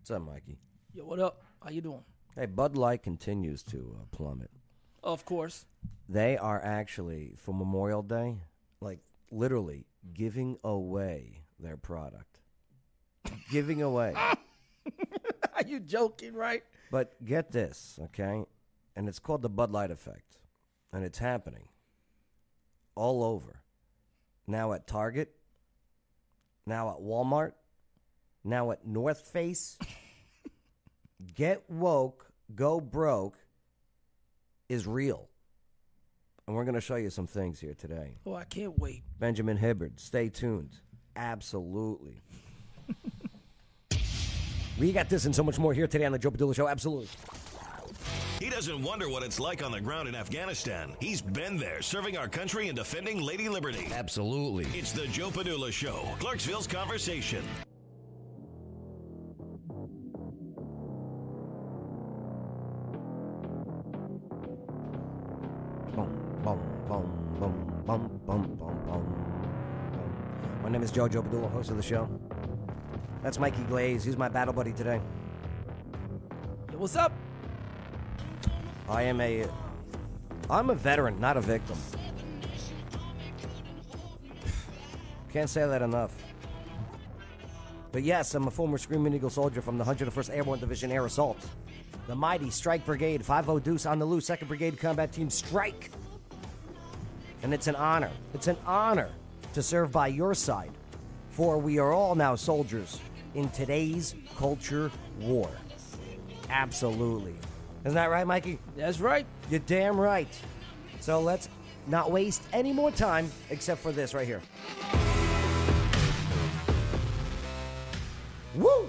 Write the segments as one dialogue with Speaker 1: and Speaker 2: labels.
Speaker 1: What's up, Mikey?
Speaker 2: Yo, what up? How you doing?
Speaker 1: Hey, Bud Light continues to uh, plummet.
Speaker 2: Of course.
Speaker 1: They are actually for Memorial Day, like literally giving away their product, giving away.
Speaker 2: Are you joking, right?
Speaker 1: But get this, okay? And it's called the Bud Light effect. And it's happening all over. Now at Target, now at Walmart, now at North Face. get woke, go broke is real. And we're going to show you some things here today.
Speaker 2: Oh, I can't wait.
Speaker 1: Benjamin Hibbard, stay tuned. Absolutely. we got this and so much more here today on the Joe Padula Show. Absolutely.
Speaker 3: He doesn't wonder what it's like on the ground in Afghanistan. He's been there serving our country and defending Lady Liberty.
Speaker 4: Absolutely.
Speaker 3: It's the Joe Padula Show, Clarksville's Conversation.
Speaker 1: Boom, boom, boom, boom, boom, boom, boom, boom. My name is Jojo Padula, host of the show. That's Mikey Glaze. He's my battle buddy today.
Speaker 2: Yo, what's up?
Speaker 1: I am a I'm a veteran, not a victim. Can't say that enough. But yes, I'm a former Screaming Eagle soldier from the 101st Airborne Division Air Assault. The mighty Strike Brigade, 50 Deuce on the loose, 2nd Brigade Combat Team Strike. And it's an honor. It's an honor to serve by your side, for we are all now soldiers in today's culture war. Absolutely. Isn't that right, Mikey?
Speaker 2: That's right.
Speaker 1: You're damn right. So let's not waste any more time except for this right here. Woo!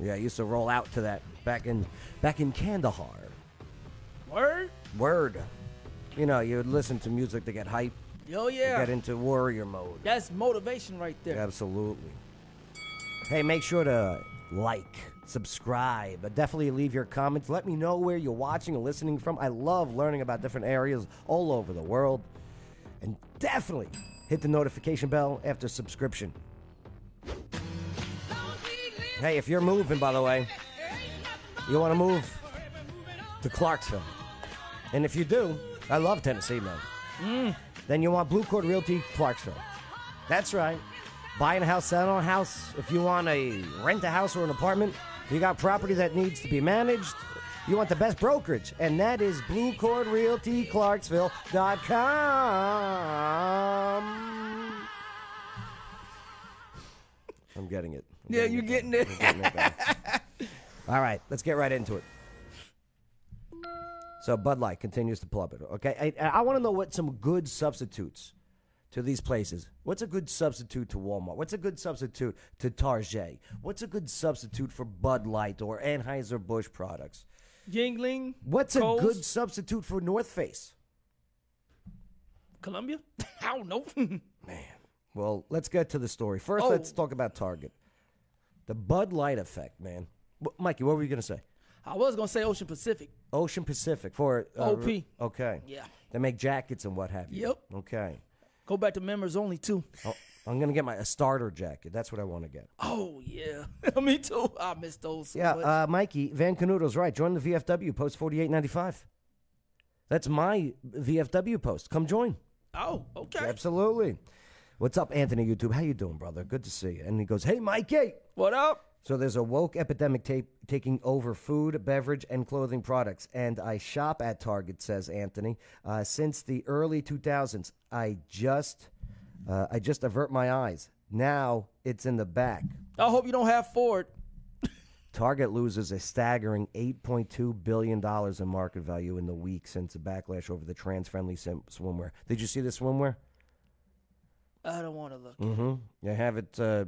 Speaker 1: Yeah, I used to roll out to that back in back in Kandahar.
Speaker 2: Word?
Speaker 1: Word. You know, you would listen to music to get hype,
Speaker 2: Yo,
Speaker 1: to
Speaker 2: yeah.
Speaker 1: get into warrior mode.
Speaker 2: That's motivation right there.
Speaker 1: Absolutely. Hey, make sure to like, subscribe, definitely leave your comments. Let me know where you're watching and listening from. I love learning about different areas all over the world. And definitely hit the notification bell after subscription. Hey, if you're moving, by the way, you want to move to Clarksville. And if you do, I love Tennessee, man.
Speaker 2: Mm.
Speaker 1: Then you want Blue Court Realty Clarksville. That's right. Buying a house, selling a house. If you want to rent a house or an apartment, if you got property that needs to be managed, you want the best brokerage, and that is Blue Court Realty Clarksville.com. I'm getting it. I'm
Speaker 2: Yeah, you're getting it.
Speaker 1: I'm getting it back. All right, let's get right into it. So Bud Light continues to plummet. Okay, I, I want to know what some good substitutes to these places. What's a good substitute to Walmart? What's a good substitute to Target? What's a good substitute for Bud Light or Anheuser Busch products?
Speaker 2: Yingling.
Speaker 1: What's a
Speaker 2: Kohl's,
Speaker 1: good substitute for North Face?
Speaker 2: Columbia? I don't know.
Speaker 1: Well, let's get to the story first.
Speaker 2: Oh.
Speaker 1: Let's talk about Target. The Bud Light effect, man. Wh- Mikey, what were you gonna say?
Speaker 2: I was going to say Ocean Pacific.
Speaker 1: Ocean Pacific for uh,
Speaker 2: OP.
Speaker 1: Okay.
Speaker 2: Yeah.
Speaker 1: They make jackets and what have you.
Speaker 2: Yep.
Speaker 1: Okay.
Speaker 2: Go back to members only, too.
Speaker 1: Oh, I'm gonna get my a starter jacket. That's what I want to get.
Speaker 2: Oh, yeah. Me, too. I miss those so
Speaker 1: Yeah,
Speaker 2: much.
Speaker 1: uh, Mikey Van Canoodle's right. Join the VFW post 4895. That's my VFW post. Come join.
Speaker 2: oh, okay.
Speaker 1: Absolutely. What's up, Anthony? YouTube. How you doing, brother? Good to see you. And he goes, "Hey, Mikey."
Speaker 2: What up?
Speaker 1: So there's a woke epidemic tape taking over food, beverage, and clothing products. And I shop at Target, says Anthony. Uh, since the early 2000s, I just, uh, I just avert my eyes. Now it's in the back.
Speaker 2: I hope you don't have Ford.
Speaker 1: Target loses a staggering $8.2 billion in market value in the week since the backlash over the trans friendly sim- swimwear. Did you see the swimwear?
Speaker 2: I don't want to look.
Speaker 1: You Hmm? have it. Uh,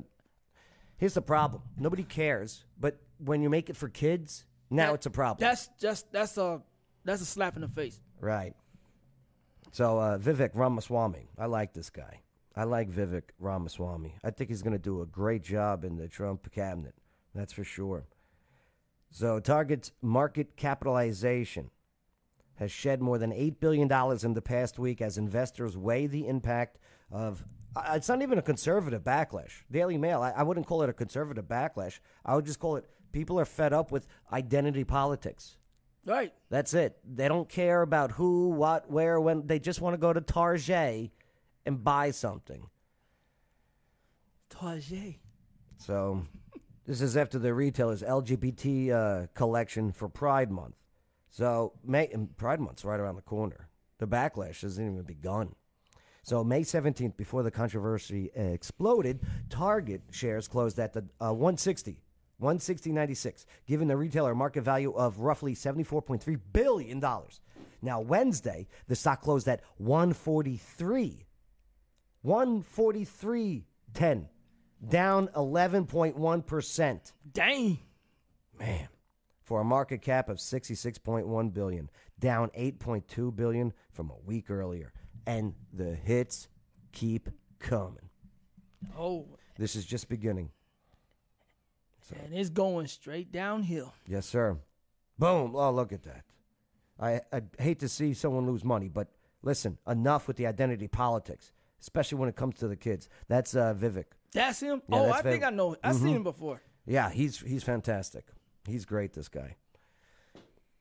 Speaker 1: here's the problem nobody cares, but when you make it for kids, now
Speaker 2: That-
Speaker 1: it's a problem.
Speaker 2: That's just, that's a, that's a slap in the face.
Speaker 1: Right. So uh, Vivek Ramaswamy, I like this guy. I like Vivek Ramaswamy. I think he's going to do a great job in the Trump cabinet. That's for sure. So Target's market capitalization has shed more than $8 billion in the past week as investors weigh the impact of. I- It's not even a conservative backlash. Daily Mail, I, I wouldn't call it a conservative backlash. I would just call it people are fed up with identity politics.
Speaker 2: Right.
Speaker 1: That's it. They don't care about who, what, where, when. They just want to go to Target and buy something.
Speaker 2: Target.
Speaker 1: So, this is after the retailers LGBT uh, collection for Pride Month. So, May and Pride Month's right around the corner. The backlash hasn't even begun. So, May 17th, before the controversy uh, exploded, Target shares closed at the uh, 160. 160.96, giving the retailer a market value of roughly $74.3 billion. Now, Wednesday, the stock closed at 143 143.10, down 11.1%.
Speaker 2: Dang.
Speaker 1: Man. For a market cap of 66.1 billion, down 8.2 billion from a week earlier. And the hits keep coming.
Speaker 2: Oh,
Speaker 1: This is just beginning.
Speaker 2: and it's going straight downhill.
Speaker 1: Yes, sir. Boom. Oh, look at that. I, I hate to see someone lose money, but listen, enough with the identity politics, especially when it comes to the kids. That's uh, Vivek.
Speaker 2: That's him. Mm-hmm.
Speaker 1: Yeah,
Speaker 2: oh,
Speaker 1: that's
Speaker 2: I think
Speaker 1: fair.
Speaker 2: I know. it. I seen him before.
Speaker 1: Yeah, he's he's fantastic. He's great. This guy.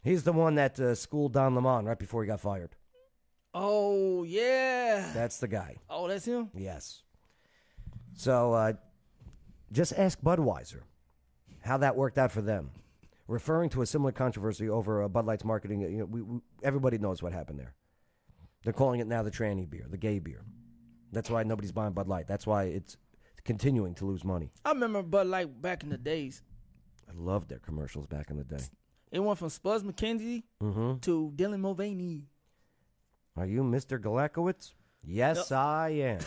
Speaker 1: He's the one that uh, schooled Don Lemon right before he got fired.
Speaker 2: Oh yeah.
Speaker 1: That's the guy.
Speaker 2: oh, that's him.
Speaker 1: Yes. So, uh, just ask Budweiser how that worked out for them. Referring to a similar controversy over uh, Bud Light's marketing, you know, we, we, everybody knows what happened there. They're calling it now the tranny beer, the gay beer. That's why nobody's buying Bud Light. That's why it's continuing to lose money.
Speaker 2: I remember, but like back in the days,
Speaker 1: I loved their commercials back in the day.
Speaker 2: it went from Spuds McKenzie to Dylan Mulvaney.
Speaker 1: Are you Mr. Galakowitz? Yes, I am.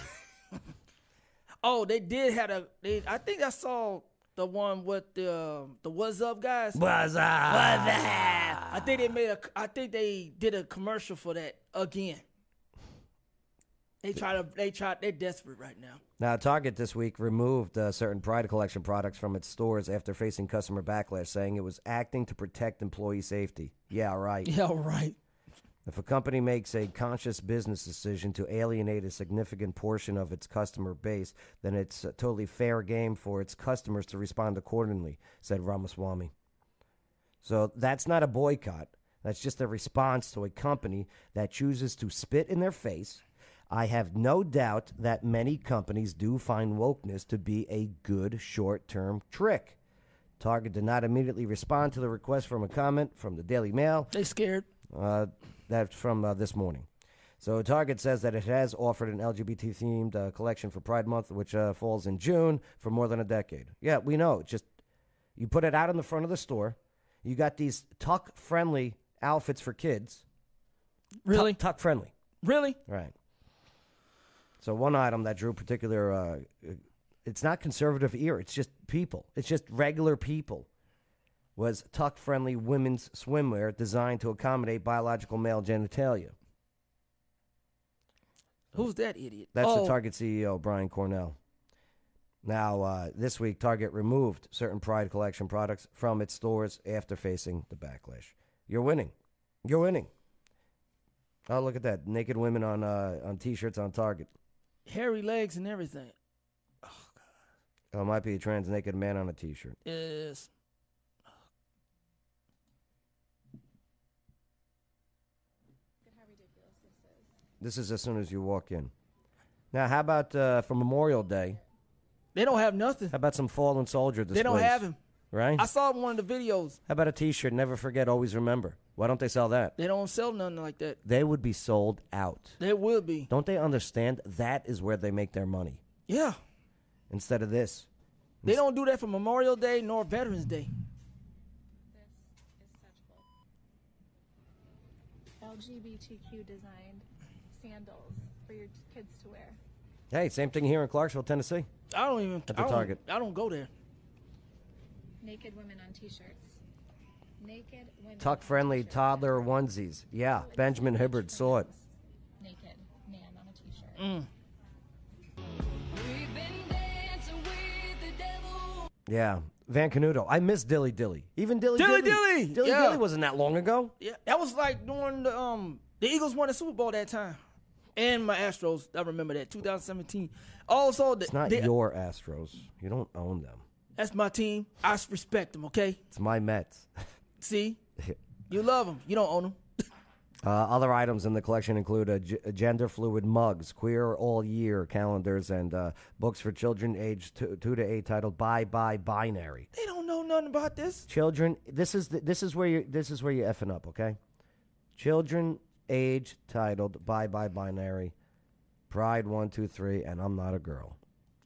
Speaker 2: Oh, they did have a. They, I think I saw the one with the um, the What's Up guys.
Speaker 1: Was I?
Speaker 2: I think they made a. I think they did a commercial for that again. They try to. They try. They're desperate right now.
Speaker 1: Now, Target this week removed uh, certain Pride collection products from its stores after facing customer backlash, saying it was acting to protect employee safety. Yeah, right.
Speaker 2: Yeah, right.
Speaker 1: If a company makes a conscious business decision to alienate a significant portion of its customer base, then it's uh, totally fair game for its customers to respond accordingly, said Ramaswamy. So that's not a boycott. That's just a response to a company that chooses to spit in their face. I have no doubt that many companies do find wokeness to be a good short term trick. Target did not immediately respond to the request from a comment from the Daily Mail.
Speaker 2: They scared.
Speaker 1: Uh, that's from uh, this morning. So Target says that it has offered an LGBT themed uh, collection for Pride Month, which uh, falls in June for more than a decade. Yeah, we know. Just you put it out in the front of the store. You got these tuck friendly outfits for kids. Tuck-
Speaker 2: Really?
Speaker 1: tuck friendly.
Speaker 2: Really?
Speaker 1: Right. So one item that drew particular, uh, it's not conservative ear. It's just people. It's just regular people. Was tuck-friendly women's swimwear designed to accommodate biological male genitalia?
Speaker 2: Who's that idiot?
Speaker 1: That's
Speaker 2: oh,
Speaker 1: the Target CEO Brian Cornell. Now, uh, this week, Target removed certain Pride collection products from its stores after facing the backlash. You're winning. You're winning. Oh, look at that! Naked women on uh, on t-shirts on Target.
Speaker 2: hairy legs and everything.
Speaker 1: Oh, it might be a trans naked man on a t shirt.
Speaker 2: Is
Speaker 1: This is as soon as you walk in. Now, how about uh, for Memorial Day?
Speaker 2: they don't have nothing.
Speaker 1: How about some fallen soldier displays?
Speaker 2: They don't have him.
Speaker 1: Right?
Speaker 2: I saw one of the videos.
Speaker 1: how about a t shirt? Never forget, always remember. Why don't they sell that?
Speaker 2: They don't sell nothing like that.
Speaker 1: They would be sold out.
Speaker 2: They will be.
Speaker 1: Don't they understand that is where they make their money
Speaker 2: Yeah.
Speaker 1: instead of this?
Speaker 2: They don't do that for Memorial Day nor Veterans Day.
Speaker 4: LGBTQ designed sandals for your kids to wear.
Speaker 1: Hey, same thing here in Clarksville, Tennessee.
Speaker 2: I don't even.
Speaker 1: the
Speaker 2: I don't,
Speaker 1: Target.
Speaker 2: I don't go there.
Speaker 4: Naked women on t-shirts. Naked women.
Speaker 1: Tuck
Speaker 4: on
Speaker 1: friendly
Speaker 4: t-shirts.
Speaker 1: toddler onesies. Yeah, Benjamin Hibbard saw it.
Speaker 4: Naked man on a t-shirt.
Speaker 5: Mm.
Speaker 6: We've been dancing with the devil.
Speaker 1: Yeah, Van Canuto. I miss Dilly Dilly. Even Dilly
Speaker 2: Dilly
Speaker 1: Dilly.
Speaker 2: Dilly!
Speaker 1: Dilly
Speaker 2: Yeah.
Speaker 1: Dilly wasn't that long ago.
Speaker 2: Yeah, that was like during the um the Eagles won the Super Bowl that time, and my Astros. I remember that 2017. Also, the,
Speaker 1: It's not
Speaker 2: the-
Speaker 1: your Astros. You don't own them.
Speaker 2: that's my team. I s- respect them. Okay,
Speaker 1: It's my Mets.
Speaker 2: see, you love them. You don't own them.
Speaker 1: Uh, other items in the collection include uh, g- gender fluid mugs, queer all year calendars, and uh, books for children aged two, two to eight titled "Bye Bye Binary."
Speaker 2: They don't know nothing about this.
Speaker 1: Children, this is the, this is where you this is where you effing up, okay? Children age titled "Bye Bye Binary," Pride one two three, and I'm not a girl.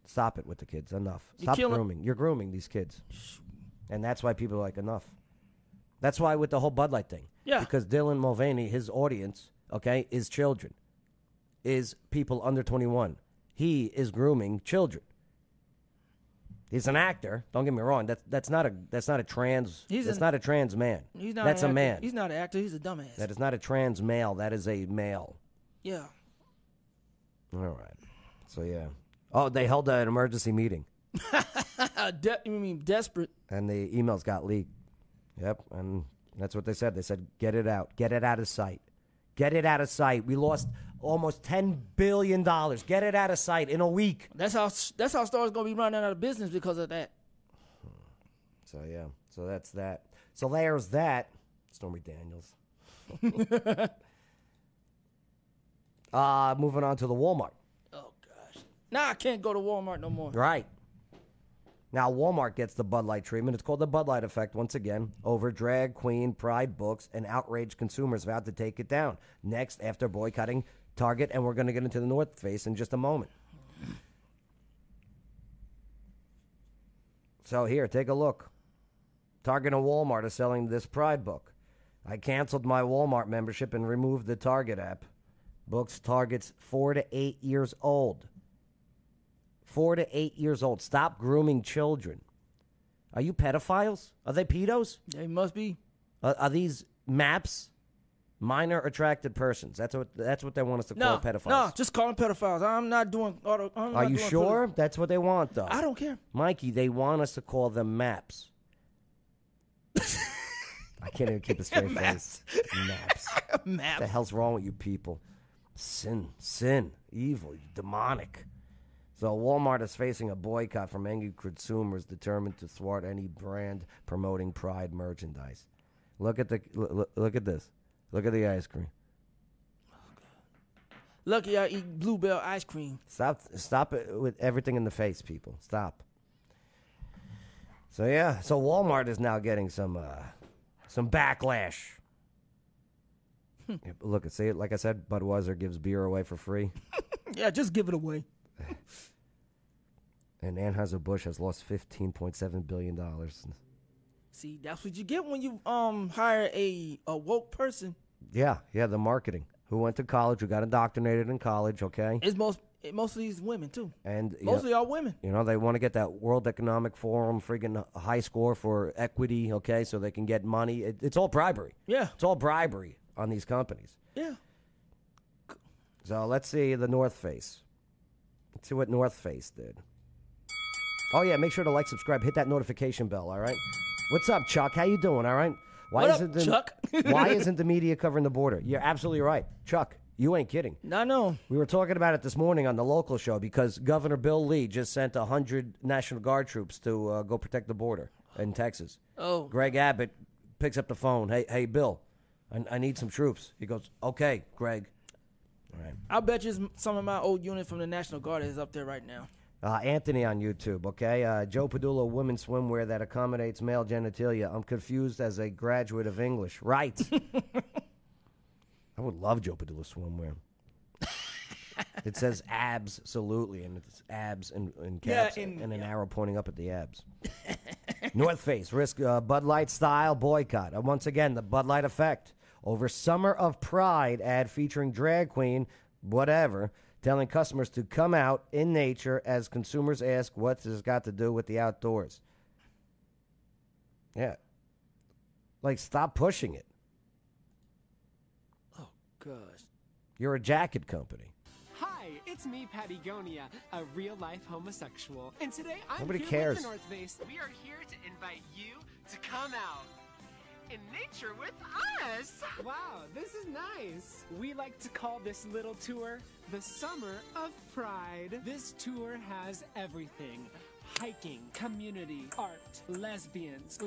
Speaker 1: Stop it with the kids. Enough. Stop
Speaker 2: killing-
Speaker 1: grooming. You're grooming these kids, and that's why people are like enough. That's why with the whole Bud Light thing.
Speaker 2: Yeah.
Speaker 1: Because Dylan Mulvaney, his audience, okay, is children, is people under 21. He is grooming children. He's an actor. Don't get me wrong. That's that's not a that's not a trans.
Speaker 2: He's
Speaker 1: that's
Speaker 2: an-
Speaker 1: not a trans man.
Speaker 2: He's not.
Speaker 1: that's
Speaker 2: an
Speaker 1: a
Speaker 2: actor.
Speaker 1: man.
Speaker 2: He's not an actor. He's a dumbass.
Speaker 1: that is not a trans male. That is a male.
Speaker 2: yeah.
Speaker 1: All right. So yeah. Oh, they held an emergency meeting,
Speaker 2: Uh, De- you mean desperate?
Speaker 1: and the emails got leaked. Yep, and that's what they said. They said, "Get it out. Get it out of sight. Get it out of sight. We lost almost ten billion dollars. Get it out of sight in a week."
Speaker 2: That's how. That's how stars gonna be running out of business because of that.
Speaker 1: So yeah, so that's that. So there's that. Stormy Daniels. uh moving on to the Walmart.
Speaker 2: Oh gosh. Now I can't go to Walmart no more.
Speaker 1: Right. Now Walmart gets the Bud Light treatment. It's called the Bud Light effect once again. Over drag queen pride books and outraged consumers vowed to take it down. Next after boycotting Target and we're going to get into the North Face in just a moment. So here, take a look. Target and Walmart are selling this Pride book. I canceled my Walmart membership and removed the Target app. Books targets 4 to 8 years old four to eight years old. Stop grooming children. Are you pedophiles? Are they pedos?
Speaker 2: They must be.
Speaker 1: Are, are these maps? Minor attracted persons. That's what that's what they want us to
Speaker 2: No,
Speaker 1: call pedophiles.
Speaker 2: no, just call them pedophiles. I'm not doing. Auto, I'm
Speaker 1: Are
Speaker 2: not
Speaker 1: you
Speaker 2: doing
Speaker 1: sure? That's what they want, though.
Speaker 2: I don't care.
Speaker 1: Mikey, they want us to call them maps. I can't even keep a straight
Speaker 2: Maps.
Speaker 1: face. Maps. What the
Speaker 2: Map.
Speaker 1: hell's wrong with you people? Sin, sin, evil, demonic. So Walmart is facing a boycott from angry consumers determined to thwart any brand promoting Pride merchandise. Look at the look, look at this. Look at the ice cream.
Speaker 2: Lucky I eat bluebell ice cream.
Speaker 1: Stop stop it with everything in the face, people. Stop. So yeah, so Walmart is now getting some uh some backlash. Yeah, Look, see, like I said, Budweiser gives beer away for free,
Speaker 2: Yeah, just give it away.
Speaker 1: and Anheuser Busch has lost fifteen point seven billion dollars.
Speaker 2: See, that's what you get when you um hire a a woke person.
Speaker 1: Yeah, yeah, the marketing. Who went to college? Who got indoctrinated in college? Okay,
Speaker 2: It's most it, most of these women too.
Speaker 1: and you know-
Speaker 2: Mostly all women.
Speaker 1: You know, they want to get that World Economic Forum friggin' high score for equity, okay, so they can get money. It, it's all bribery.
Speaker 2: Yeah.
Speaker 1: It's all bribery on these companies.
Speaker 2: Yeah.
Speaker 1: So let's see the North Face. Let's see what North Face did. Oh, yeah, make sure to like, subscribe, hit that notification bell, all right? What's up, Chuck? How you doing, all right? Why
Speaker 2: What up,
Speaker 1: isn't the,
Speaker 2: Chuck?
Speaker 1: why isn't the media covering the border? You're absolutely right. Chuck, you ain't kidding.
Speaker 2: No, no.
Speaker 1: We were talking about it this morning on the local show because Governor Bill Lee just sent 100 National Guard troops to uh, go protect the border in Texas.
Speaker 2: Oh.
Speaker 1: Greg Abbott picks up the phone. Hey, hey, Bill, I, I need some troops. He goes, okay, Greg. All right.
Speaker 2: I bet you it's m- some of my old unit from the National Guard is up there right now.
Speaker 1: Uh, Anthony on YouTube, okay? Uh, Joe Padula, women's swimwear that accommodates male genitalia. I'm confused as a graduate of English. Right. I would love Joe Padula swimwear. it says abs, absolutely, and it's abs and, and
Speaker 2: Yeah,
Speaker 1: caps
Speaker 2: and-
Speaker 1: and an arrow pointing up at the abs. North Face risk uh, Bud Light style boycott. And once again, the Bud Light effect over Summer of Pride ad featuring drag queen, whatever, telling customers to come out in nature as consumers ask, "What's this got to do with the outdoors?" Yeah, like stop pushing it.
Speaker 2: Gosh.
Speaker 1: You're a jacket company.
Speaker 6: Hi, It's me, Patagonia, a real life homosexual. And today I'm
Speaker 1: Nobody
Speaker 6: here
Speaker 1: cares.
Speaker 6: with the North Face. We are here to invite you to come out. In nature with us! Wow, this is nice! We like to call this little tour the Summer of Pride. This tour has everything hiking, community, art, lesbians,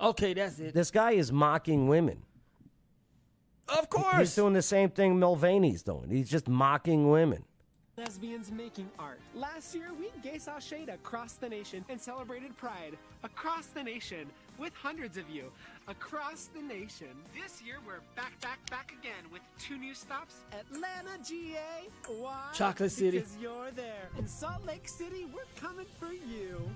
Speaker 2: Okay, that's it.
Speaker 1: This guy is mocking women.
Speaker 2: Of
Speaker 1: He's
Speaker 2: course.
Speaker 1: doing the same thing Mulvaney's doing. He's just mocking women.
Speaker 6: lesbians making art. Last year, we gay sashayed across the nation and celebrated Pride across the nation with hundreds of you across the nation. This year, we're back, back, back again with two new stops: Atlanta, GA, why?
Speaker 2: Chocolate City.
Speaker 6: Because you're there. In Salt Lake City, we're coming for you.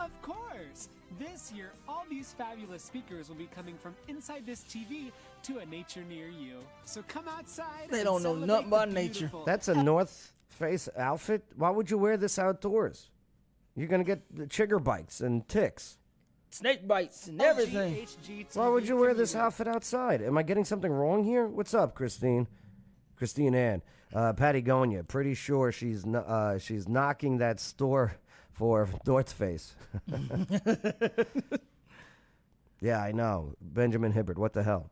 Speaker 6: Of course! This year, all these fabulous speakers will be coming from inside this TV to a nature near you. So come outside.
Speaker 2: They
Speaker 6: and
Speaker 2: don't know
Speaker 6: celebrate
Speaker 2: nothing
Speaker 6: the
Speaker 2: about nature.
Speaker 6: beautiful.
Speaker 1: That's a North Face outfit. Why would you wear this outdoors? You're gonna get the chigger bites and ticks.
Speaker 2: Snake bites and everything.
Speaker 6: LGHGTV
Speaker 1: Why would you wear this
Speaker 6: community.
Speaker 1: outfit outside? Am I getting something wrong here? What's up, Christine? Christine Ann, uh, Patagonia. Pretty sure she's kn- uh, she's knocking that store for North Face. yeah, I know, Benjamin Hibbert. What the hell?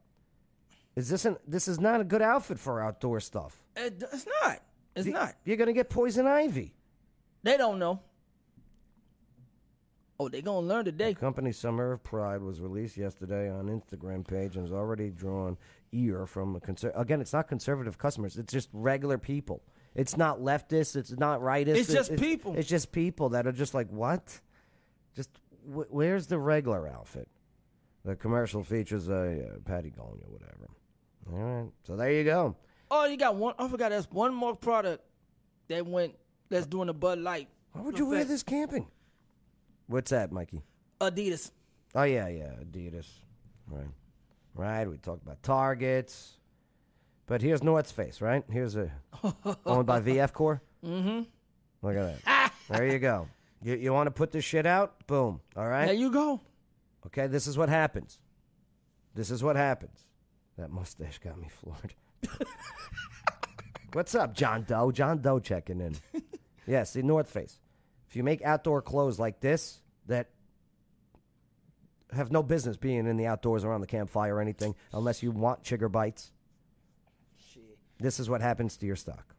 Speaker 1: Is this an, this is not a good outfit for outdoor stuff?
Speaker 2: It- It's not. It's
Speaker 1: You-
Speaker 2: not.
Speaker 1: You're gonna get poison ivy.
Speaker 2: They don't know. Oh, they gonna learn today.
Speaker 1: Company Summer of Pride was released yesterday on Instagram page and has already drawn ear from a conser- again. It's not conservative customers; it's just regular people. It's not leftists. It's not rightists.
Speaker 2: It's just people.
Speaker 1: It's just people that are just like what? Just wh- where's the regular outfit? The commercial features a uh, Patagonia, whatever. All right, so there you go.
Speaker 2: Oh, you got one. I forgot. That's one more product that went. That's doing the Bud Light.
Speaker 1: Why would you wear
Speaker 2: effect.
Speaker 1: this camping? What's that, Mikey?
Speaker 2: Adidas.
Speaker 1: Oh yeah, yeah, Adidas. Right. Right, we talked about targets. But here's North's face, right? Here's a owned by VF Corps. Mm-hmm. Look at that. there you go. You, you want to put this shit out? Boom. All
Speaker 2: There
Speaker 1: right.
Speaker 2: you go.
Speaker 1: Okay, this is what happens. This is what happens. That mustache got me floored. What's up, John Doe? John Doe checking in. yes, the North Face. If you make outdoor clothes like this that have no business being in the outdoors around the campfire or anything, unless you want chigger bites, this is what happens to your stock.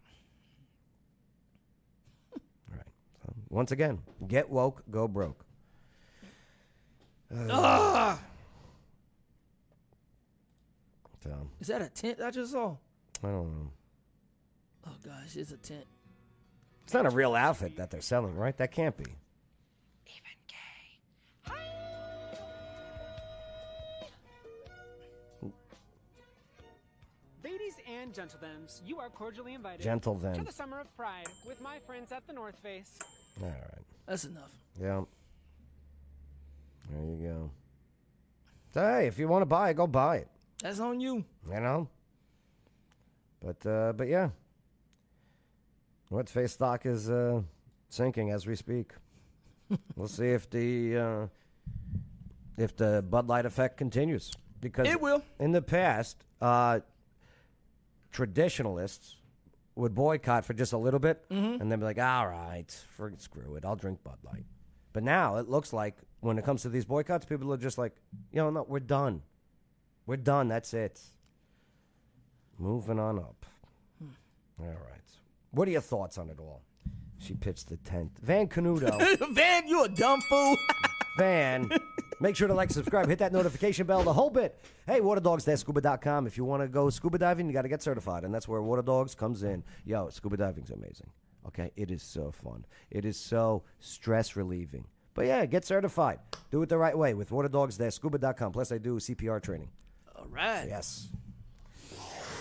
Speaker 1: All right. So, once again, get woke, go broke. So,
Speaker 2: Is that a tent I just saw?
Speaker 1: I don't know.
Speaker 2: Oh gosh, it's a tent.
Speaker 1: It's not a real outfit that they're selling, right? That can't be.
Speaker 6: Ladies and gentlemen, you are cordially invited
Speaker 1: Gentle
Speaker 6: to
Speaker 1: then.
Speaker 6: the Summer of Pride with my friends at the North Face.
Speaker 1: All right.
Speaker 2: That's enough.
Speaker 1: Yeah. There you go. So, hey, if you want to buy it, go buy it.
Speaker 2: That's on you.
Speaker 1: You know. But uh, but yeah. What face stock is uh, sinking as we speak. we'll see if the uh, if the Bud Light effect continues because
Speaker 2: It will.
Speaker 1: In the past, uh, traditionalists would boycott for just a little bit
Speaker 2: Mm-hmm.
Speaker 1: and then be like, "All right, frig- screw it, I'll drink Bud Light." But now it looks like when it comes to these boycotts, people are just like, "You know, no, we're done. We're done. That's it." Moving on up. All right. What are your thoughts on it all? She pitched the tent. Van Canuto.
Speaker 2: Van, you a dumb fool.
Speaker 1: Van. Make sure to like, subscribe, hit that notification bell, the whole bit. Hey, waterdogs.scuba.com. If you want to go scuba diving, you got to get certified, and that's where Water Dogs comes in. Yo, scuba diving's amazing. Okay, it is so fun. It is so stress relieving. But yeah, get certified. Do it the right way with waterdogs.scuba.com. Plus, I do CPR training.
Speaker 2: All right.
Speaker 1: Yes.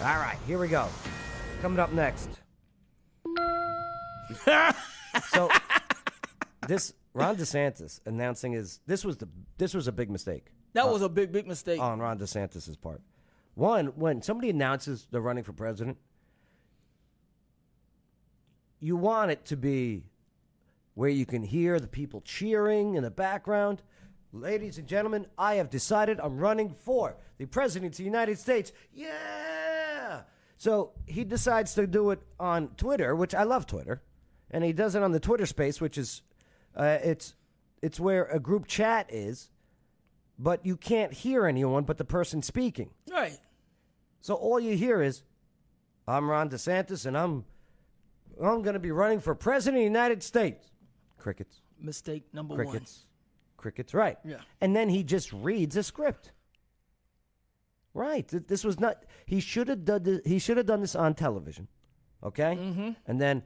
Speaker 1: All right, here we go. Coming up next. so this Ron DeSantis announcing his this was the this was a big mistake
Speaker 2: That was a big, big mistake.
Speaker 1: on Ron DeSantis's part. One, when somebody announces they're running for president, you want it to be where you can hear the people cheering in the background. Ladies and gentlemen, I have decided I'm running for the president of the United States. Yeah! So he decides to do it on Twitter, which I love Twitter, and he does it on the Twitter space, which is uh, it's it's where a group chat is, but you can't hear anyone but the person speaking.
Speaker 2: Right.
Speaker 1: So all you hear is, "I'm Ron DeSantis, and I'm I'm going to be running for president of the United States." Crickets.
Speaker 2: Mistake number one.
Speaker 1: Crickets. Crickets, right.
Speaker 2: Yeah.
Speaker 1: And then he just reads a script. Right. Th- This was not he should have done this, he should have done this on television. Okay? Mm-hmm. And then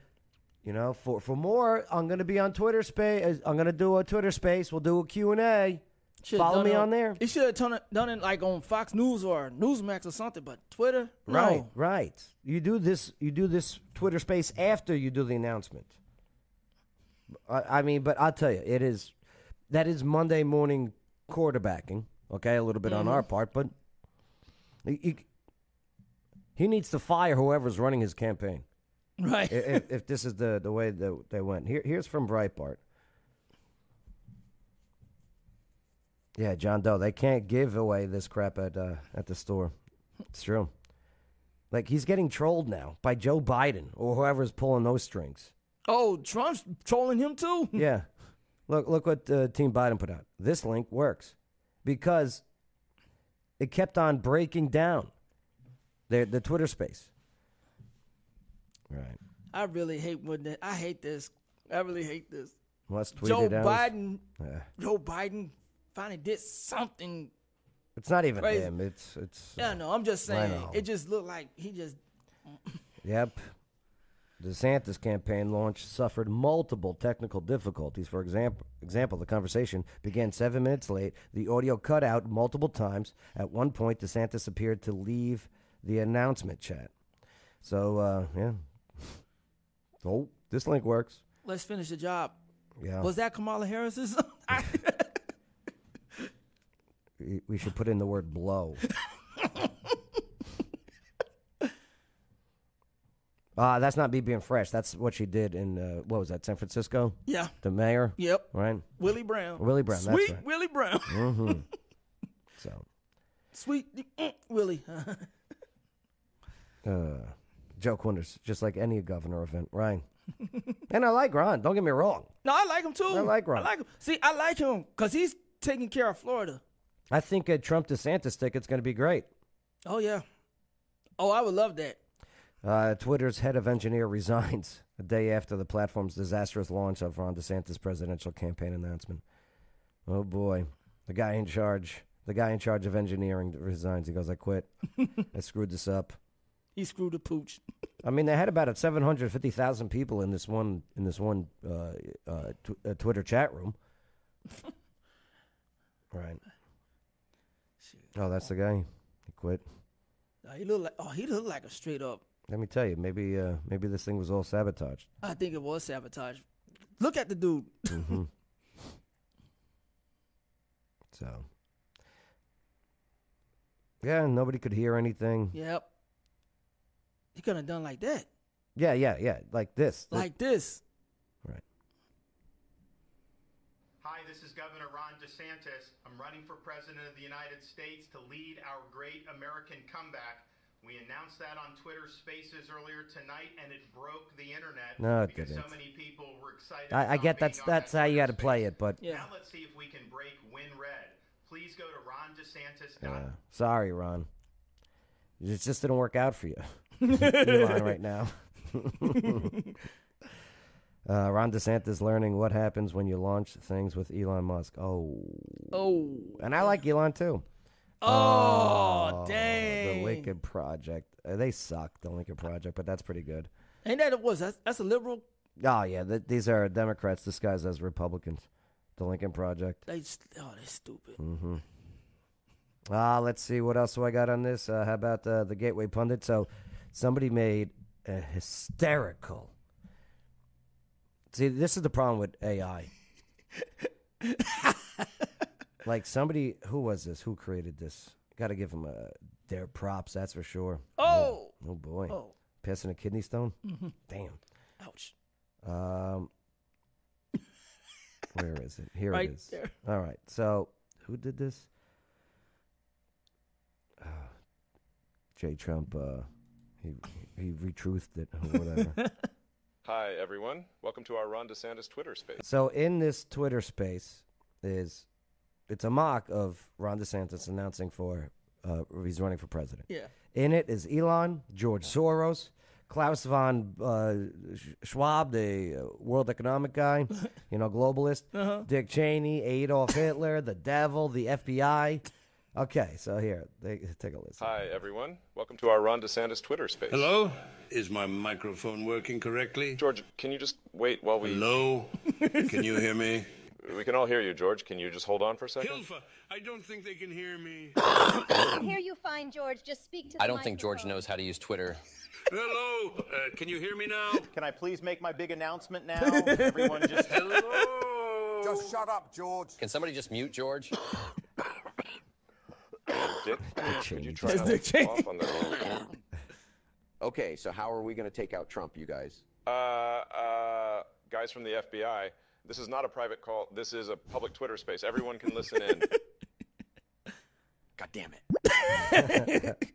Speaker 1: you know, for for more, I'm going to be on Twitter space. I'm going to do a Twitter space. We'll do a Q&A.
Speaker 2: Should've
Speaker 1: Follow
Speaker 2: done
Speaker 1: me
Speaker 2: it
Speaker 1: on there.
Speaker 2: It should have done it, done it like on Fox News or Newsmax or something, but Twitter,
Speaker 1: Right,
Speaker 2: No.
Speaker 1: right. You do this. You do this Twitter space after you do the announcement. I, I mean, but I'll tell you, it is that is Monday morning quarterbacking. Okay, a little bit on our part, but he, he- he needs to fire whoever's running his campaign.
Speaker 2: Right.
Speaker 1: I- if, if this is the the way that they went, here here's from Breitbart. Yeah, John Doe. They can't give away this crap at uh, at the store. It's true. Like he's getting trolled now by Joe Biden or whoever's pulling those strings.
Speaker 2: Oh, Trump's trolling him too?
Speaker 1: Yeah. Look look what uh, Team Biden put out. This link works because it kept on breaking down the the Twitter space. Right.
Speaker 2: I really hate when that. I hate this. I really hate this.
Speaker 1: Well, that's tweeted
Speaker 2: Joe
Speaker 1: out.
Speaker 2: Biden.
Speaker 1: Yeah.
Speaker 2: Joe Biden finally did something.
Speaker 1: It's not even
Speaker 2: Crazy.
Speaker 1: him. It's it's.
Speaker 2: I don't know. I'm just
Speaker 1: I
Speaker 2: saying.
Speaker 1: know.
Speaker 2: It just looked like he just.
Speaker 1: Yep. DeSantis campaign launch suffered multiple technical difficulties. For example, example, the conversation began seven minutes late. The audio cut out multiple times. At one point, DeSantis appeared to leave the announcement chat. So uh, yeah. Oh, this link works.
Speaker 2: Let's finish the job.
Speaker 1: Yeah.
Speaker 2: Was that Kamala Harris's? I-
Speaker 1: We- we should put in the word blow. Ah, that's not me being fresh. That's what she did in uh, what was that, San Francisco?
Speaker 2: yeah.
Speaker 1: The mayor.
Speaker 2: Yep.
Speaker 1: Right.
Speaker 2: Willie Brown.
Speaker 1: Willie Brown, that's
Speaker 2: Sweet
Speaker 1: right.
Speaker 2: Willie Brown.
Speaker 1: So,
Speaker 2: Sweet mm, Willie.
Speaker 1: uh, Joe Quinters, just like any governor event, Ryan. and I like Ron. Don't get me wrong.
Speaker 2: no, I like him too. I
Speaker 1: like Ron.
Speaker 2: I like him. See, I like him because he's taking care of Florida.
Speaker 1: I think a Trump DeSantis ticket's going to be great.
Speaker 2: Oh yeah. Oh, I would love that.
Speaker 1: Uh, Twitter's head of engineer resigns a day after the platform's disastrous launch of Ron DeSantis' presidential campaign announcement. Oh boy, the guy in charge, the guy in charge of engineering resigns. He goes, "I quit. I screwed this up."
Speaker 2: He screwed the pooch.
Speaker 1: I mean, they had about seven hundred fifty thousand people in this one in this one uh, uh, tw- uh, Twitter chat room. right. Oh, that's the guy. He quit.
Speaker 2: Uh, he looked like oh, he looked like a straight up.
Speaker 1: Let me tell you, maybe uh, maybe this thing was all sabotaged.
Speaker 2: I think it was sabotage. Look at the dude.
Speaker 1: So. Yeah, nobody could hear anything.
Speaker 2: yep. He could have done like that,
Speaker 1: Yeah, yeah, yeah. Like this. Th-
Speaker 2: like this.
Speaker 1: right.
Speaker 7: Hi, this is Governor Ron DeSantis. I'm running for President of the United States to lead our great American comeback. We announced that on Twitter Spaces earlier tonight, and it broke the internet
Speaker 1: No, it
Speaker 7: because
Speaker 1: didn't.
Speaker 7: so many people were excited.
Speaker 1: I, I get
Speaker 7: about being
Speaker 1: that's
Speaker 7: on
Speaker 1: that's
Speaker 7: that
Speaker 1: how you got
Speaker 7: Twitter
Speaker 1: to play
Speaker 7: Spaces.
Speaker 1: it, but
Speaker 2: Yeah.
Speaker 7: Now let's see if we can break Win Red. Please go to rondesantis.com.
Speaker 1: uh, sorry, Ron. It just didn't work out for you, Elon, right now. uh, Ron DeSantis learning what happens when you launch things with Elon Musk. Oh,
Speaker 2: Oh,
Speaker 1: and I like Elon too. Uh,
Speaker 2: oh,
Speaker 1: The
Speaker 2: dang!
Speaker 1: Lincoln Project. Uh, they suck, the Lincoln Project, but that's pretty good.
Speaker 2: Ain't that it was? That's, that's a liberal.
Speaker 1: Oh yeah, th- these are Democrats disguised as Republicans. The Lincoln Project.
Speaker 2: They s- oh, they stupid.
Speaker 1: Mm-hmm. Ah, let's see what else do I got on this. Uh, how about uh, the Gateway pundit? So, somebody made a hysterical. See, this is the problem with AI. like somebody, who was this? Who created this? Got to give them uh their props. That's for sure.
Speaker 2: Oh,
Speaker 1: Oh boy,
Speaker 2: Oh. Mm-hmm.
Speaker 1: passing a kidney stone. Damn.
Speaker 2: ouch!
Speaker 1: Um, where is it? Here
Speaker 2: Right
Speaker 1: it is.
Speaker 2: there.
Speaker 1: All right. So who did this? Uh, J. Trump. Uh, He he retruthed it or whatever.
Speaker 8: Hi, everyone. Welcome to our Ron DeSantis Twitter space.
Speaker 1: so in this Twitter space is it's a mock of Ron DeSantis announcing for uh, he's running for president.
Speaker 2: Yeah.
Speaker 1: In it is Elon, George Soros, Klaus von uh, Sch- Schwab, the uh, world economic guy, you know, globalist, Dick Cheney, Adolf Hitler, the devil, the FBI. Okay, so here, they, take a listen.
Speaker 8: Hi, everyone. Welcome to our Ron DeSantis Twitter space.
Speaker 9: Hello? Is my microphone working correctly?
Speaker 8: George, can you just wait while we.
Speaker 9: Hello? Can you hear me?
Speaker 8: We can all hear you, George. Can you just hold on for a second?
Speaker 9: Hilfa, I don't think they can hear me.
Speaker 10: Here you find George. Just speak to. The
Speaker 5: I don't think George
Speaker 10: microphone.
Speaker 5: knows how to use Twitter.
Speaker 9: Hello? Uh, can you hear me now?
Speaker 11: Can I please make my big announcement now? Everyone just.
Speaker 9: Hello?
Speaker 12: Just shut up, George.
Speaker 5: Can somebody just mute George?
Speaker 8: Dick, could you
Speaker 1: Cheney.
Speaker 8: try
Speaker 2: That's
Speaker 8: to
Speaker 2: Dick Cheney.
Speaker 8: off on the.
Speaker 12: Okay, so how are we going to take out Trump, you guys?
Speaker 8: Uh, uh, guys from the FBI, this is not a private call. This is a public Twitter space. Everyone can listen in.
Speaker 12: God damn it.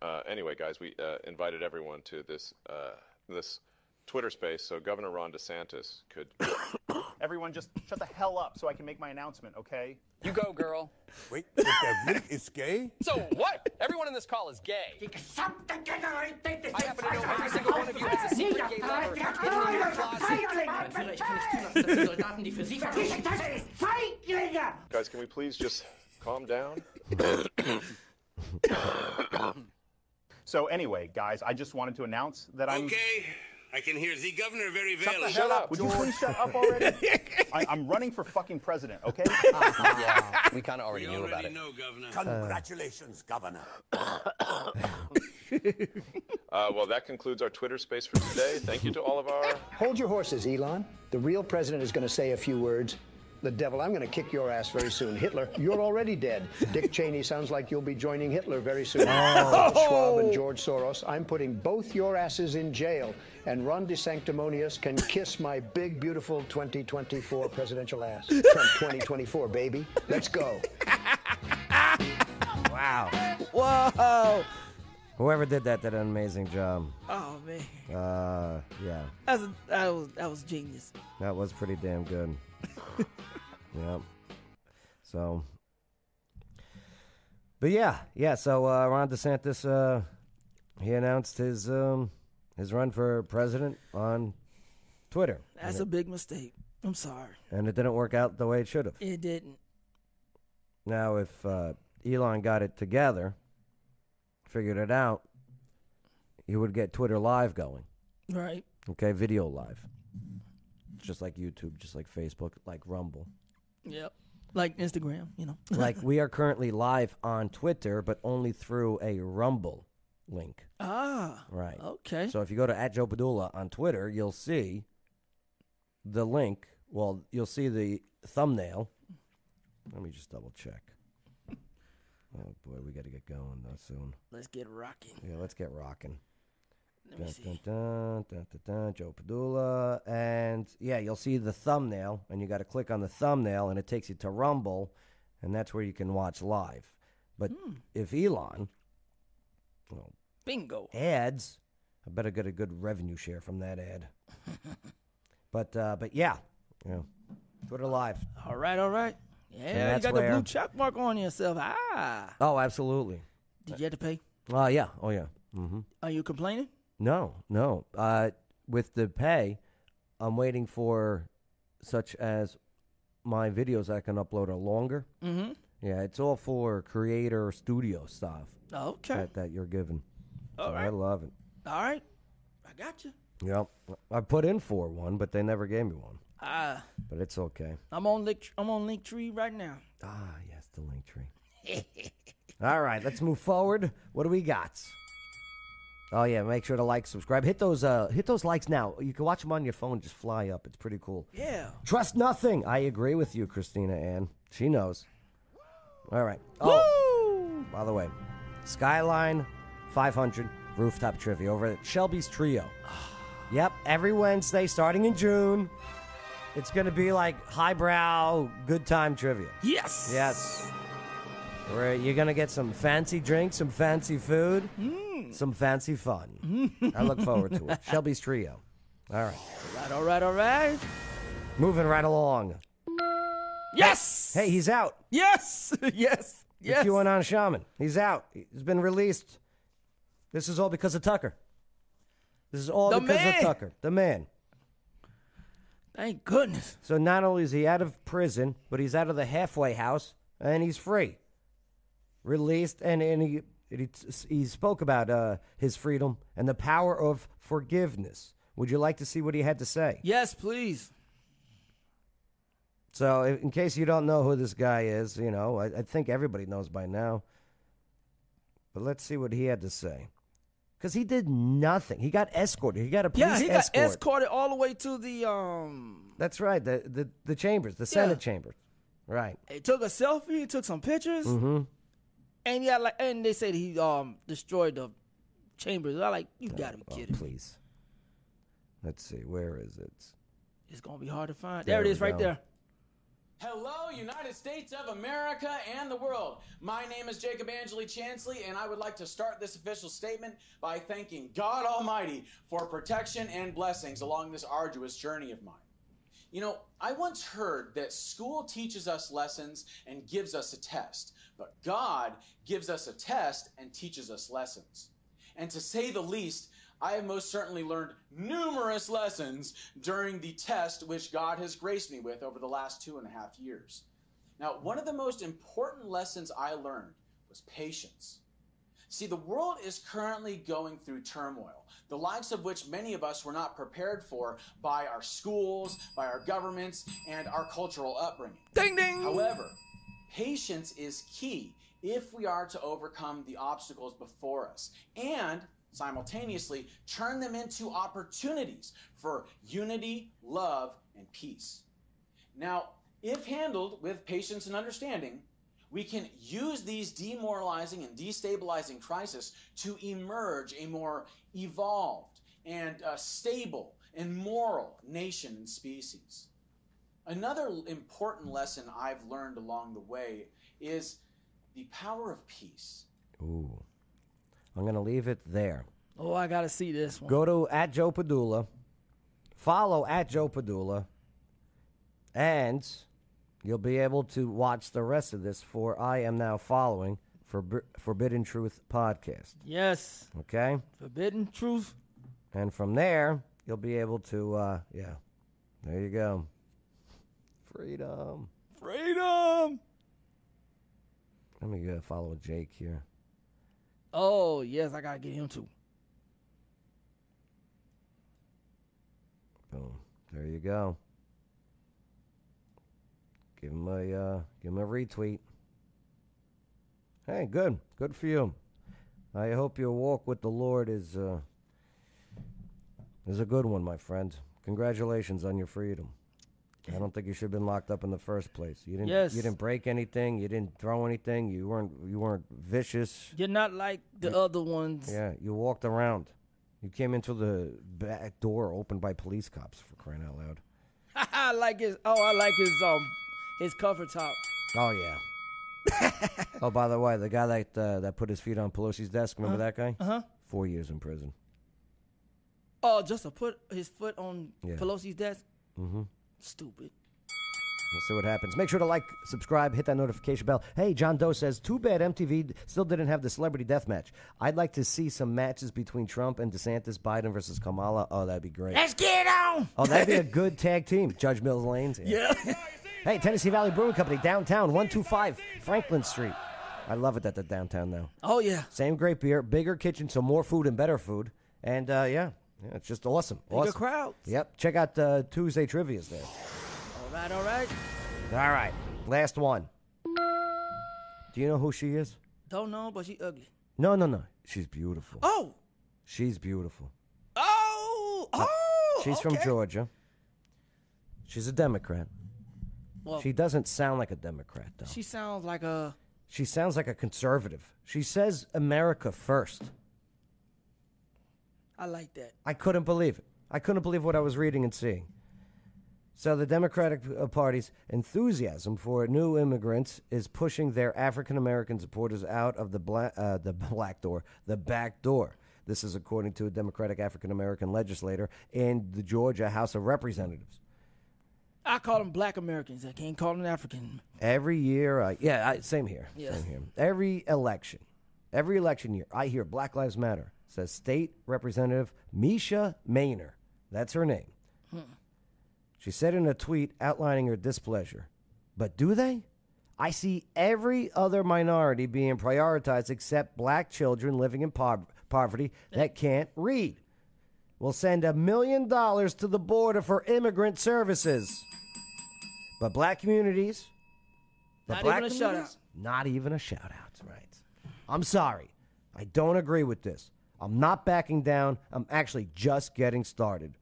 Speaker 8: Uh, anyway, guys, we uh, invited everyone to this uh, this Twitter space so Governor Ron DeSantis could.
Speaker 11: Everyone just shut the hell up so I can make my announcement, okay?
Speaker 5: You go, girl.
Speaker 12: Wait, the devil is gay?
Speaker 5: So what? Everyone in this call is gay. I happen to know every single one of you has a secret gay lover hidden in your closet.
Speaker 8: Guys, can we please just calm down?
Speaker 11: So anyway, guys, I just wanted to announce that I'm.
Speaker 9: Okay. I can hear the governor very
Speaker 11: Shut the
Speaker 9: well.
Speaker 11: hell up! Would you please shut up already? I, I'm running for fucking president, okay?
Speaker 5: Yeah, we kind of already
Speaker 9: We
Speaker 5: knew about
Speaker 9: already
Speaker 5: it.
Speaker 9: know, governor.
Speaker 12: Congratulations, Governor.
Speaker 8: Uh, well, that concludes our Twitter space for today. Thank you to all of our.
Speaker 12: Hold your horses, Elon. The real president is going to say a few words. The devil, I'm going to kick your ass very soon. Hitler, you're already dead. Dick Cheney sounds like you'll be joining Hitler very soon. Schwab and George Soros, I'm putting both your asses in jail. And Ron DeSanctimonious can kiss my big, beautiful 2024 presidential ass. Trump 2024, baby. Let's go.
Speaker 1: Wow. Whoa. Whoever did that did an amazing job.
Speaker 2: Oh man,
Speaker 1: Uh, yeah,
Speaker 2: that's a, that was that was genius.
Speaker 1: that was pretty damn good. yep. So, but yeah, yeah. So uh, Ron DeSantis, uh, he announced his um, his run for president on Twitter,
Speaker 2: That's a big mistake. I'm sorry,
Speaker 1: and it didn't work out the way it should have.
Speaker 2: it didn't.
Speaker 1: Now, if uh, Elon got it together, figured it out, he would get Twitter Live going.
Speaker 2: Right?
Speaker 1: Okay, video live. Just like YouTube, just like Facebook, like Rumble.
Speaker 2: Yep. Like Instagram, you know.
Speaker 1: Like we are currently live on Twitter, but only through a Rumble link.
Speaker 2: Ah.
Speaker 1: Right.
Speaker 2: Okay.
Speaker 1: So if you go to at Joe Padula on Twitter, you'll see the link. Well, you'll see the thumbnail. Let me just double check. Oh boy, we got to get going though soon.
Speaker 2: Let's get rocking.
Speaker 1: Yeah, let's get rocking.
Speaker 2: Let me
Speaker 1: Dun,
Speaker 2: see.
Speaker 1: dun, dun, dun, dun, dun, Joe Padula. And yeah, you'll see the thumbnail, and you got to click on the thumbnail, and it takes you to Rumble, and that's where you can watch live. But if Elon well,
Speaker 2: Bingo.
Speaker 1: ads, I better get a good revenue share from that ad. but uh, but yeah, yeah, Twitter Live.
Speaker 2: All right. All right. Yeah, you
Speaker 1: that's
Speaker 2: got the
Speaker 1: where-
Speaker 2: blue check mark on yourself. Ah.
Speaker 1: Oh, absolutely.
Speaker 2: Did you have to pay?
Speaker 1: Uh, yeah. Oh, yeah. Mm-hmm.
Speaker 2: Are you complaining?
Speaker 1: No, no. Uh, with the pay, I'm waiting for such as my videos I can upload are longer.
Speaker 2: Mm-hmm.
Speaker 1: Yeah, it's all for creator studio stuff
Speaker 2: Okay.
Speaker 1: that, that you're given. so I
Speaker 2: Alright.
Speaker 1: love it.
Speaker 2: All right. I got you.
Speaker 1: Yep. I put in for one, but they never gave me one.
Speaker 2: Ah.
Speaker 1: But it's okay.
Speaker 2: I'm on link. I'm on Linktree right now.
Speaker 1: Ah, yes, the link tree. all right, let's move forward. What do we got? Oh yeah, make sure to like, subscribe, hit those uh, hit those likes now. You can watch them on your phone. Just fly up. It's pretty cool.
Speaker 2: Yeah.
Speaker 1: Trust nothing. I agree with you, Christina Ann. She knows. All right. Oh, by the way, Skyline 500 rooftop trivia over at Shelby's Trio. Yep, every Wednesday starting in June. It's going to be like highbrow, good time trivia.
Speaker 2: Yes.
Speaker 1: Yes. Where you're going to get some fancy drinks, some fancy food,
Speaker 2: Mm.
Speaker 1: some fancy fun. I look forward to it. Shelby's Trio. All right.
Speaker 2: Right, all right, all right.
Speaker 1: Moving right along.
Speaker 2: Yes!
Speaker 1: Hey, he's out.
Speaker 2: Yes! yes!
Speaker 1: The QAnon shaman. He's out. He's been released. This is all because of Tucker. This is all
Speaker 2: The
Speaker 1: because
Speaker 2: man.
Speaker 1: of Tucker, the man.
Speaker 2: Thank goodness.
Speaker 1: So not only is he out of prison, but he's out of the halfway house and he's free, released, and and he and he, he spoke about uh, his freedom and the power of forgiveness. Would you like to see what he had to say?
Speaker 2: Yes, please.
Speaker 1: So, i- in case you don't know who this guy is, you know, I, I think everybody knows by now. But let's see what he had to say. Because he did nothing. He got escorted. He got a police
Speaker 2: Yeah, he
Speaker 1: escort.
Speaker 2: got escorted all the way to the um.
Speaker 1: That's right. The, the, the chambers, the
Speaker 2: Yeah.
Speaker 1: Senate chambers. Right.
Speaker 2: He took a selfie. He took some pictures,
Speaker 1: Mm-hmm.
Speaker 2: and yeah, like, and they said he um destroyed the chambers. I like you gotta be kidding.
Speaker 1: Oh, Please. Let's see. Where is it?
Speaker 2: It's gonna be hard to find.
Speaker 1: There
Speaker 2: There, it
Speaker 1: we
Speaker 2: is, right
Speaker 1: go.
Speaker 2: there.
Speaker 13: Hello, United States of America and the world. My name is Jacob Angeli Chansley, and I would like to start this official statement by thanking God Almighty for protection and blessings along this arduous journey of mine. You know, I once heard that school teaches us lessons and gives us a test, but God gives us a test and teaches us lessons. And to say the least, I have most certainly learned numerous lessons during the test which God has graced me with over the last two and a half years. Now, one of the most important lessons I learned was patience. See, the world is currently going through turmoil, the likes of which many of us were not prepared for by our schools, by our governments, and our cultural upbringing.
Speaker 2: Ding ding!
Speaker 13: However, patience is key if we are to overcome the obstacles before us and simultaneously turn them into opportunities for unity, love, and peace. Now, if handled with patience and understanding, we can use these demoralizing and destabilizing crises to emerge a more evolved and uh, stable and moral nation and species. Another l- important lesson I've learned along the way is the power of peace.
Speaker 1: Ooh. I'm going to leave it there.
Speaker 2: Oh, I gotta see this one.
Speaker 1: Go to at Joe Padula. Follow at Joe Padula. And you'll be able to watch the rest of this for I Am Now Following for Forbidden Truth podcast.
Speaker 2: Yes,
Speaker 1: Okay?
Speaker 2: forbidden truth.
Speaker 1: And from there, you'll be able to, uh, yeah, there you go. Freedom.
Speaker 2: Freedom.
Speaker 1: Let me uh, follow Jake here.
Speaker 2: Oh yes, I gotta get him too.
Speaker 1: Boom. There you go. Give him a uh, give him a retweet. Hey, good, good for you. I hope your walk with the Lord is uh, is a good one, my friend. Congratulations on your freedom. I don't think you should have been locked up in the first place. You didn't.
Speaker 2: Yes.
Speaker 1: You didn't break anything. You didn't throw anything. You weren't. You weren't vicious.
Speaker 2: You're not like the other ones.
Speaker 1: Yeah. You walked around. You came into the back door opened by police cops for crying out loud.
Speaker 2: I like his. Oh, I like his um his cover top.
Speaker 1: Oh yeah. oh, by the way, the guy that uh, that put his feet on Pelosi's desk, remember that guy?
Speaker 2: Uh-huh.
Speaker 1: Four years in prison.
Speaker 2: Oh, just to put his foot on
Speaker 1: Yeah.
Speaker 2: Pelosi's desk.
Speaker 1: Mm-hmm.
Speaker 2: Stupid.
Speaker 1: We'll see what happens. Make sure to like, subscribe, hit that notification bell. Hey, John Doe says, too bad MTV still didn't have the celebrity death match. I'd like to see some matches between Trump and DeSantis, Biden versus Kamala. Oh, that'd be great.
Speaker 2: Let's get on.
Speaker 1: Oh, that'd be a good tag team. Judge Mills Lane's. here.
Speaker 2: Yeah.
Speaker 1: Hey, Tennessee Valley Brewing Company, downtown, 125 Franklin Street. I love it that they're downtown now.
Speaker 2: Oh, yeah.
Speaker 1: Same great beer, bigger kitchen, so more food and better food. And uh, yeah, yeah, it's just awesome.
Speaker 2: Bigger
Speaker 1: awesome.
Speaker 2: crowds.
Speaker 1: Yep. Check out uh, Tuesday Trivia's there.
Speaker 2: All right, all right.
Speaker 1: All right, last one. Do you know who she is?
Speaker 2: Don't know, but she ugly.
Speaker 1: No, no, no. She's beautiful.
Speaker 2: Oh,
Speaker 1: She's beautiful.
Speaker 2: oh, oh.
Speaker 1: Uh, She's from
Speaker 2: okay.
Speaker 1: Georgia. She's a Democrat.
Speaker 2: Well,
Speaker 1: She
Speaker 2: she,
Speaker 1: doesn't sound like a Democrat, though.
Speaker 2: sounds like a.
Speaker 1: She sounds like a conservative. She says America first.
Speaker 2: I like that.
Speaker 1: I couldn't believe it. I couldn't believe what I was reading and seeing. So the Democratic uh, Party's enthusiasm for new immigrants is pushing their African American supporters out of the black, uh, the black door, the back door. This is according to a Democratic African American legislator in the Georgia House of Representatives.
Speaker 2: I call them black Americans. I can't call them African.
Speaker 1: Every year, I, yeah, I, same here.
Speaker 2: Yes.
Speaker 1: Same here. Every election, every election year, I hear Black Lives Matter. Says State Representative Misha Maynor. That's her name.
Speaker 2: Hmm.
Speaker 1: She said in a tweet outlining her displeasure. But do they? I see every other minority being prioritized except black children living in pov- poverty that can't read. We'll send a million dollars to the border for immigrant services. But black communities, the
Speaker 2: Not
Speaker 1: black
Speaker 2: even a shout
Speaker 1: communities, Not even a shout out, right? I'm sorry. I don't agree with this. I'm not backing down. I'm actually just getting started.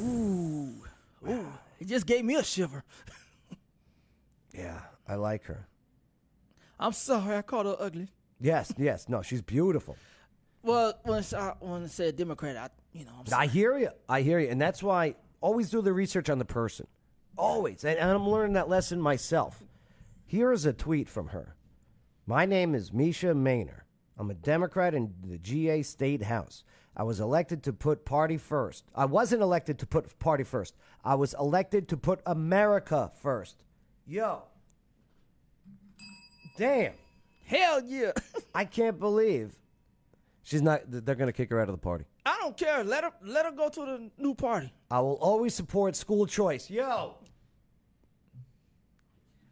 Speaker 2: Ooh, ooh, it just gave me a shiver.
Speaker 1: Yeah, I like her.
Speaker 2: I'm sorry, I called her ugly.
Speaker 1: Yes, yes. No, she's beautiful.
Speaker 2: Well, when I when I said Democrat, I you know I'm
Speaker 1: I
Speaker 2: sorry.
Speaker 1: hear you. I hear you. And that's why always do the research on the person. Always. And, and I'm learning that lesson myself. Here is a tweet from her. My name is Misha Maynor. I'm a Democrat in the GA State House. I was elected to put party first. I wasn't elected to put party first. I was elected to put America first. Yo. Damn.
Speaker 2: Hell yeah.
Speaker 1: I can't believe she's not, th- they're going to kick her out of the party.
Speaker 2: I don't care. Let her let her go to the new party.
Speaker 1: I will always support school choice. Yo.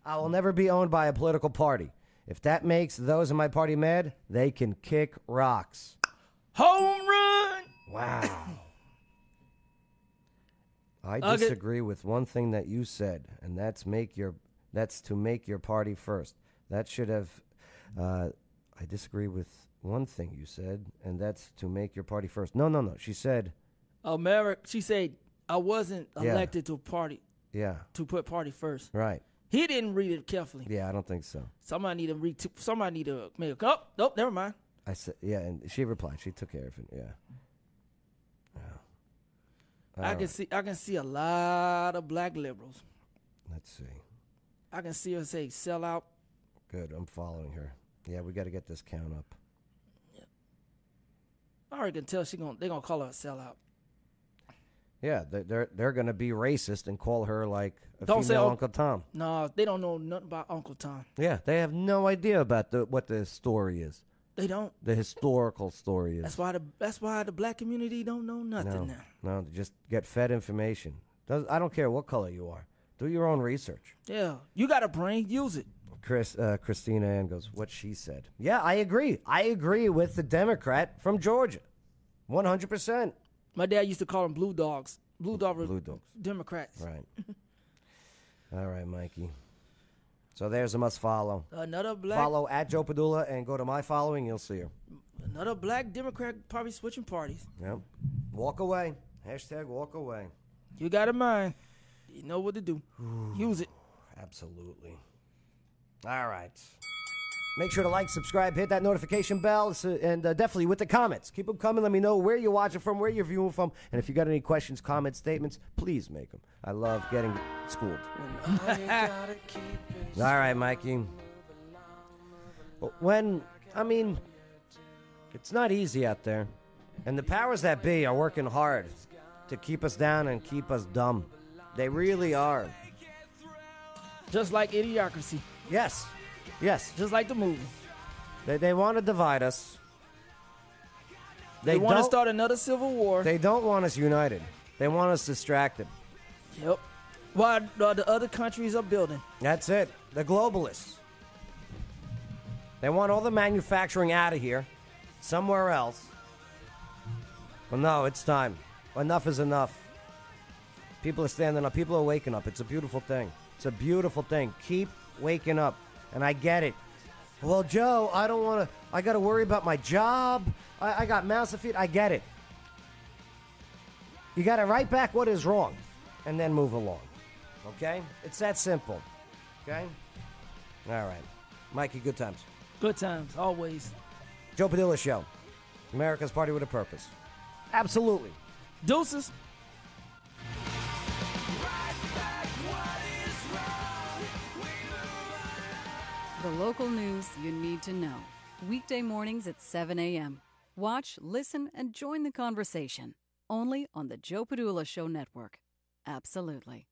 Speaker 1: I will never be owned by a political party. If that makes those in my party mad, they can kick rocks.
Speaker 2: Home run.
Speaker 1: Wow. I
Speaker 2: Okay.
Speaker 1: disagree with one thing that you said, and that's make your that's to make your party first. That should have. Uh, I disagree with one thing you said, and that's to make your party first. No, no, no. She said,
Speaker 2: America. She said I wasn't
Speaker 1: Yeah.
Speaker 2: elected to party
Speaker 1: "Yeah,
Speaker 2: to put party first.
Speaker 1: right.
Speaker 2: He didn't read it carefully.
Speaker 1: Yeah, I don't think so."
Speaker 2: Somebody need to read. T- somebody need to make a. Oh, nope. Never mind.
Speaker 1: I said, yeah, and she replied. She took care of it. Yeah. Yeah.
Speaker 2: I
Speaker 1: All
Speaker 2: can
Speaker 1: right,
Speaker 2: see. I can see a lot of black liberals.
Speaker 1: Let's see.
Speaker 2: I can see her say sell out.
Speaker 1: Good. I'm following her. Yeah, we got to get this count up.
Speaker 2: I already can tell she gonna they gonna call her a sellout.
Speaker 1: Yeah, they're they're, they're going to be racist and call her like a
Speaker 2: Don't say
Speaker 1: female
Speaker 2: Unc-
Speaker 1: Uncle Tom.
Speaker 2: No, they don't know nothing about Uncle Tom.
Speaker 1: Yeah, they have no idea about the what the story is,
Speaker 2: They don't.
Speaker 1: the historical story is.
Speaker 2: That's why the that's why the black community don't know nothing
Speaker 1: no,
Speaker 2: now.
Speaker 1: no, they just get fed information. Does, I don't care what color you are. Do your own research.
Speaker 2: Yeah, you got a brain, use it.
Speaker 1: Chris uh, Christina Ann goes, what she said. Yeah, I agree. I agree with the Democrat from Georgia, one hundred percent.
Speaker 2: My dad used to call them blue dogs. Blue dog.
Speaker 1: Blue dogs.
Speaker 2: Democrats.
Speaker 1: Right. All right, Mikey. So there's a must follow.
Speaker 2: Another black.
Speaker 1: Follow at Joe Padula and go to my following. You'll see her.
Speaker 2: Another black Democrat probably switching parties.
Speaker 1: Yep. Walk away. Hashtag walk away.
Speaker 2: You got a mind. You know what to do. Use it.
Speaker 1: Absolutely. All right. Make sure to like, subscribe, hit that notification bell, so- and uh, definitely with the comments. Keep them coming. Let me know where you're watching from, where you're viewing from, and if you got any questions, comments, statements, please make them. I love getting schooled. All right, Mikey. But When, I mean, it's not easy out there. And the powers that be are working hard to keep us down and keep us dumb. They really are.
Speaker 2: Just like idiocracy.
Speaker 1: Yes. Yes.
Speaker 2: Just like the movie.
Speaker 1: They, they want to divide us.
Speaker 2: They, want to
Speaker 1: don't-
Speaker 2: start another civil war.
Speaker 1: They don't want us united. They want us distracted.
Speaker 2: yep. While the the other countries are building.
Speaker 1: That's it. The globalists. They want all the manufacturing out of here, somewhere else. Well, no, it's time. Enough is enough. People are standing up. People are waking up. It's a beautiful thing. It's a beautiful thing. Keep waking up. And I get it. Well, Joe, I don't want to. I got to worry about my job. I, I got mouths to feed. I get it. You got to write back what is wrong and then move along. Okay? It's that simple. Okay? All right. Mikey, good times.
Speaker 2: Good times, always.
Speaker 1: Joe Padilla Show. America's Party with a Purpose. Absolutely.
Speaker 2: Deuces.
Speaker 14: Ride
Speaker 6: The local news you need to know. Weekday mornings at 7 a.m. Watch, listen, and join the conversation. Only on the Joe Padula Show Network. Absolutely.